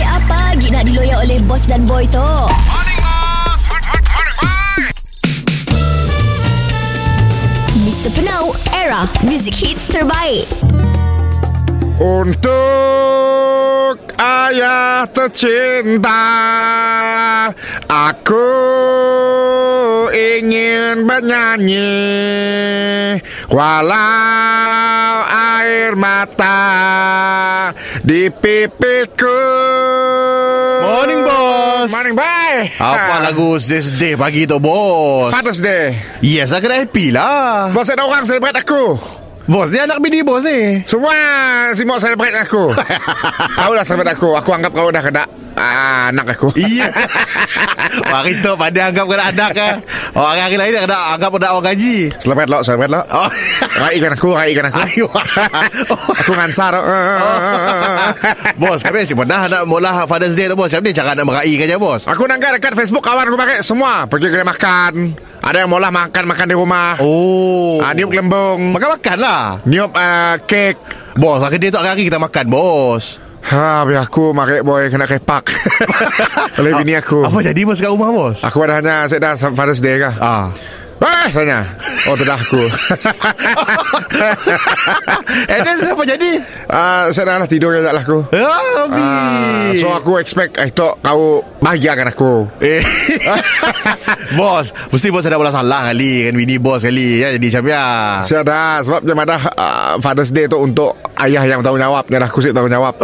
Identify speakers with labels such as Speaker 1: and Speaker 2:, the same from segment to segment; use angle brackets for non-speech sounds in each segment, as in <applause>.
Speaker 1: lagi nak diloyak oleh bos dan boy tu? Mr. Penau, era music hit terbaik.
Speaker 2: Untuk ayah tercinta Aku ingin bernyanyi Walau air mata di pipiku
Speaker 3: Morning, bos.
Speaker 2: Morning bye
Speaker 3: Apa lagu Thursday pagi tu bos
Speaker 2: Father's Day
Speaker 3: Yes aku dah happy lah
Speaker 2: Bos ada orang celebrate aku
Speaker 3: Bos ni anak bini bos ni
Speaker 2: Semua Simok celebrate aku
Speaker 3: <laughs>
Speaker 2: Kau dah celebrate aku Aku anggap kau dah kena ah, Anak aku
Speaker 3: <laughs> Iya Hari tu pada anggap kena anak kan oh, Hari-hari lain dia kena anggap kena orang gaji <laughs>
Speaker 2: Selamat lo, selamat lo.
Speaker 3: Oh.
Speaker 2: Raikan lah. aku, raikan aku.
Speaker 3: Ayo.
Speaker 2: <laughs> aku ngansar.
Speaker 3: Bos kami si pernah nak mula Father's Day tu bos Macam ni cara nak meraikan je bos
Speaker 2: Aku nanggak dekat Facebook kawan aku pakai semua. Pergi kedai makan. Ada yang maulah makan-makan di rumah.
Speaker 3: Oh
Speaker 2: Ah, niup gelembung.
Speaker 3: Makan-makan lah
Speaker 2: Niup ah, kek.
Speaker 3: Bos hari dia tu hari-hari kita makan bos
Speaker 2: Ha, biar aku makai boy kena
Speaker 3: <laughs>
Speaker 2: kepak. Oleh bini aku.
Speaker 3: Apa jadi bos kat rumah bos
Speaker 2: Aku ada hanya Saya dah Father's Day kah
Speaker 3: Ah.
Speaker 2: Eh tanya Oh tu dah
Speaker 3: <laughs>
Speaker 2: aku
Speaker 3: And then apa Eh, jadi
Speaker 2: Ah, Saya dah lah tidur kejap lah aku
Speaker 3: Ah, Abi
Speaker 2: Ah, So aku expect I thought kau Bahagiakan aku
Speaker 3: Eh. <laughs> bos, mesti bos ada bola salah kali kan bini bos kali ya jadi macam ya.
Speaker 2: <laughs> Saya dah Sebab dia madah uh, Father's Day tu Untuk ayah yang tanggungjawab Dia dah kusik
Speaker 3: <laughs>
Speaker 2: tanggungjawab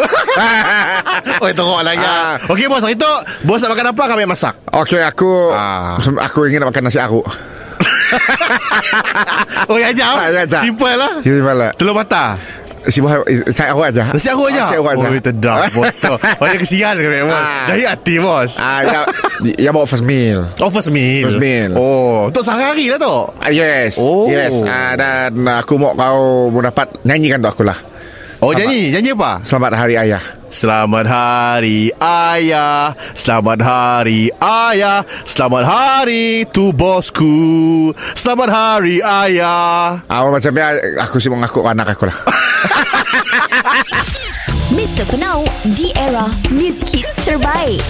Speaker 3: Oi teruk lah ya.
Speaker 2: Ah.
Speaker 3: Okey bos, hari tu bos nak makan apa kami masak?
Speaker 2: Okay aku
Speaker 3: Ah.
Speaker 2: sem- Aku ingin nak makan nasi aku
Speaker 3: Oi aja.
Speaker 2: Ah, ya, ajak.
Speaker 3: Simple lah.
Speaker 2: Jadi malah
Speaker 3: Telur mata.
Speaker 2: Si boy Saya aku aja
Speaker 3: Nasi aku aja. Oh,
Speaker 2: Nasi aku aja
Speaker 3: Oi terdak bos
Speaker 2: <laughs>
Speaker 3: tu. Banyak kesian kami bos.
Speaker 2: Ah.
Speaker 3: Dari hati bos.
Speaker 2: Ah, ya, ya bawa first meal
Speaker 3: Oh first meal.
Speaker 2: First meal.
Speaker 3: Oh, untuk sehari lah tu.
Speaker 2: Ah, Yes
Speaker 3: Oh.
Speaker 2: Yes Ah, Dan aku mau kau Mendapat Nyanyikan tu aku lah
Speaker 3: Oh nyanyi, nyanyi apa?
Speaker 2: Selamat Hari Ayah
Speaker 3: Selamat hari ayah Selamat hari ayah Selamat hari tu bosku Selamat hari ayah
Speaker 2: Awal macamnya Ah, Aku sih mengaku anak aku lah
Speaker 1: Mr. Penau, di era music hit terbaik.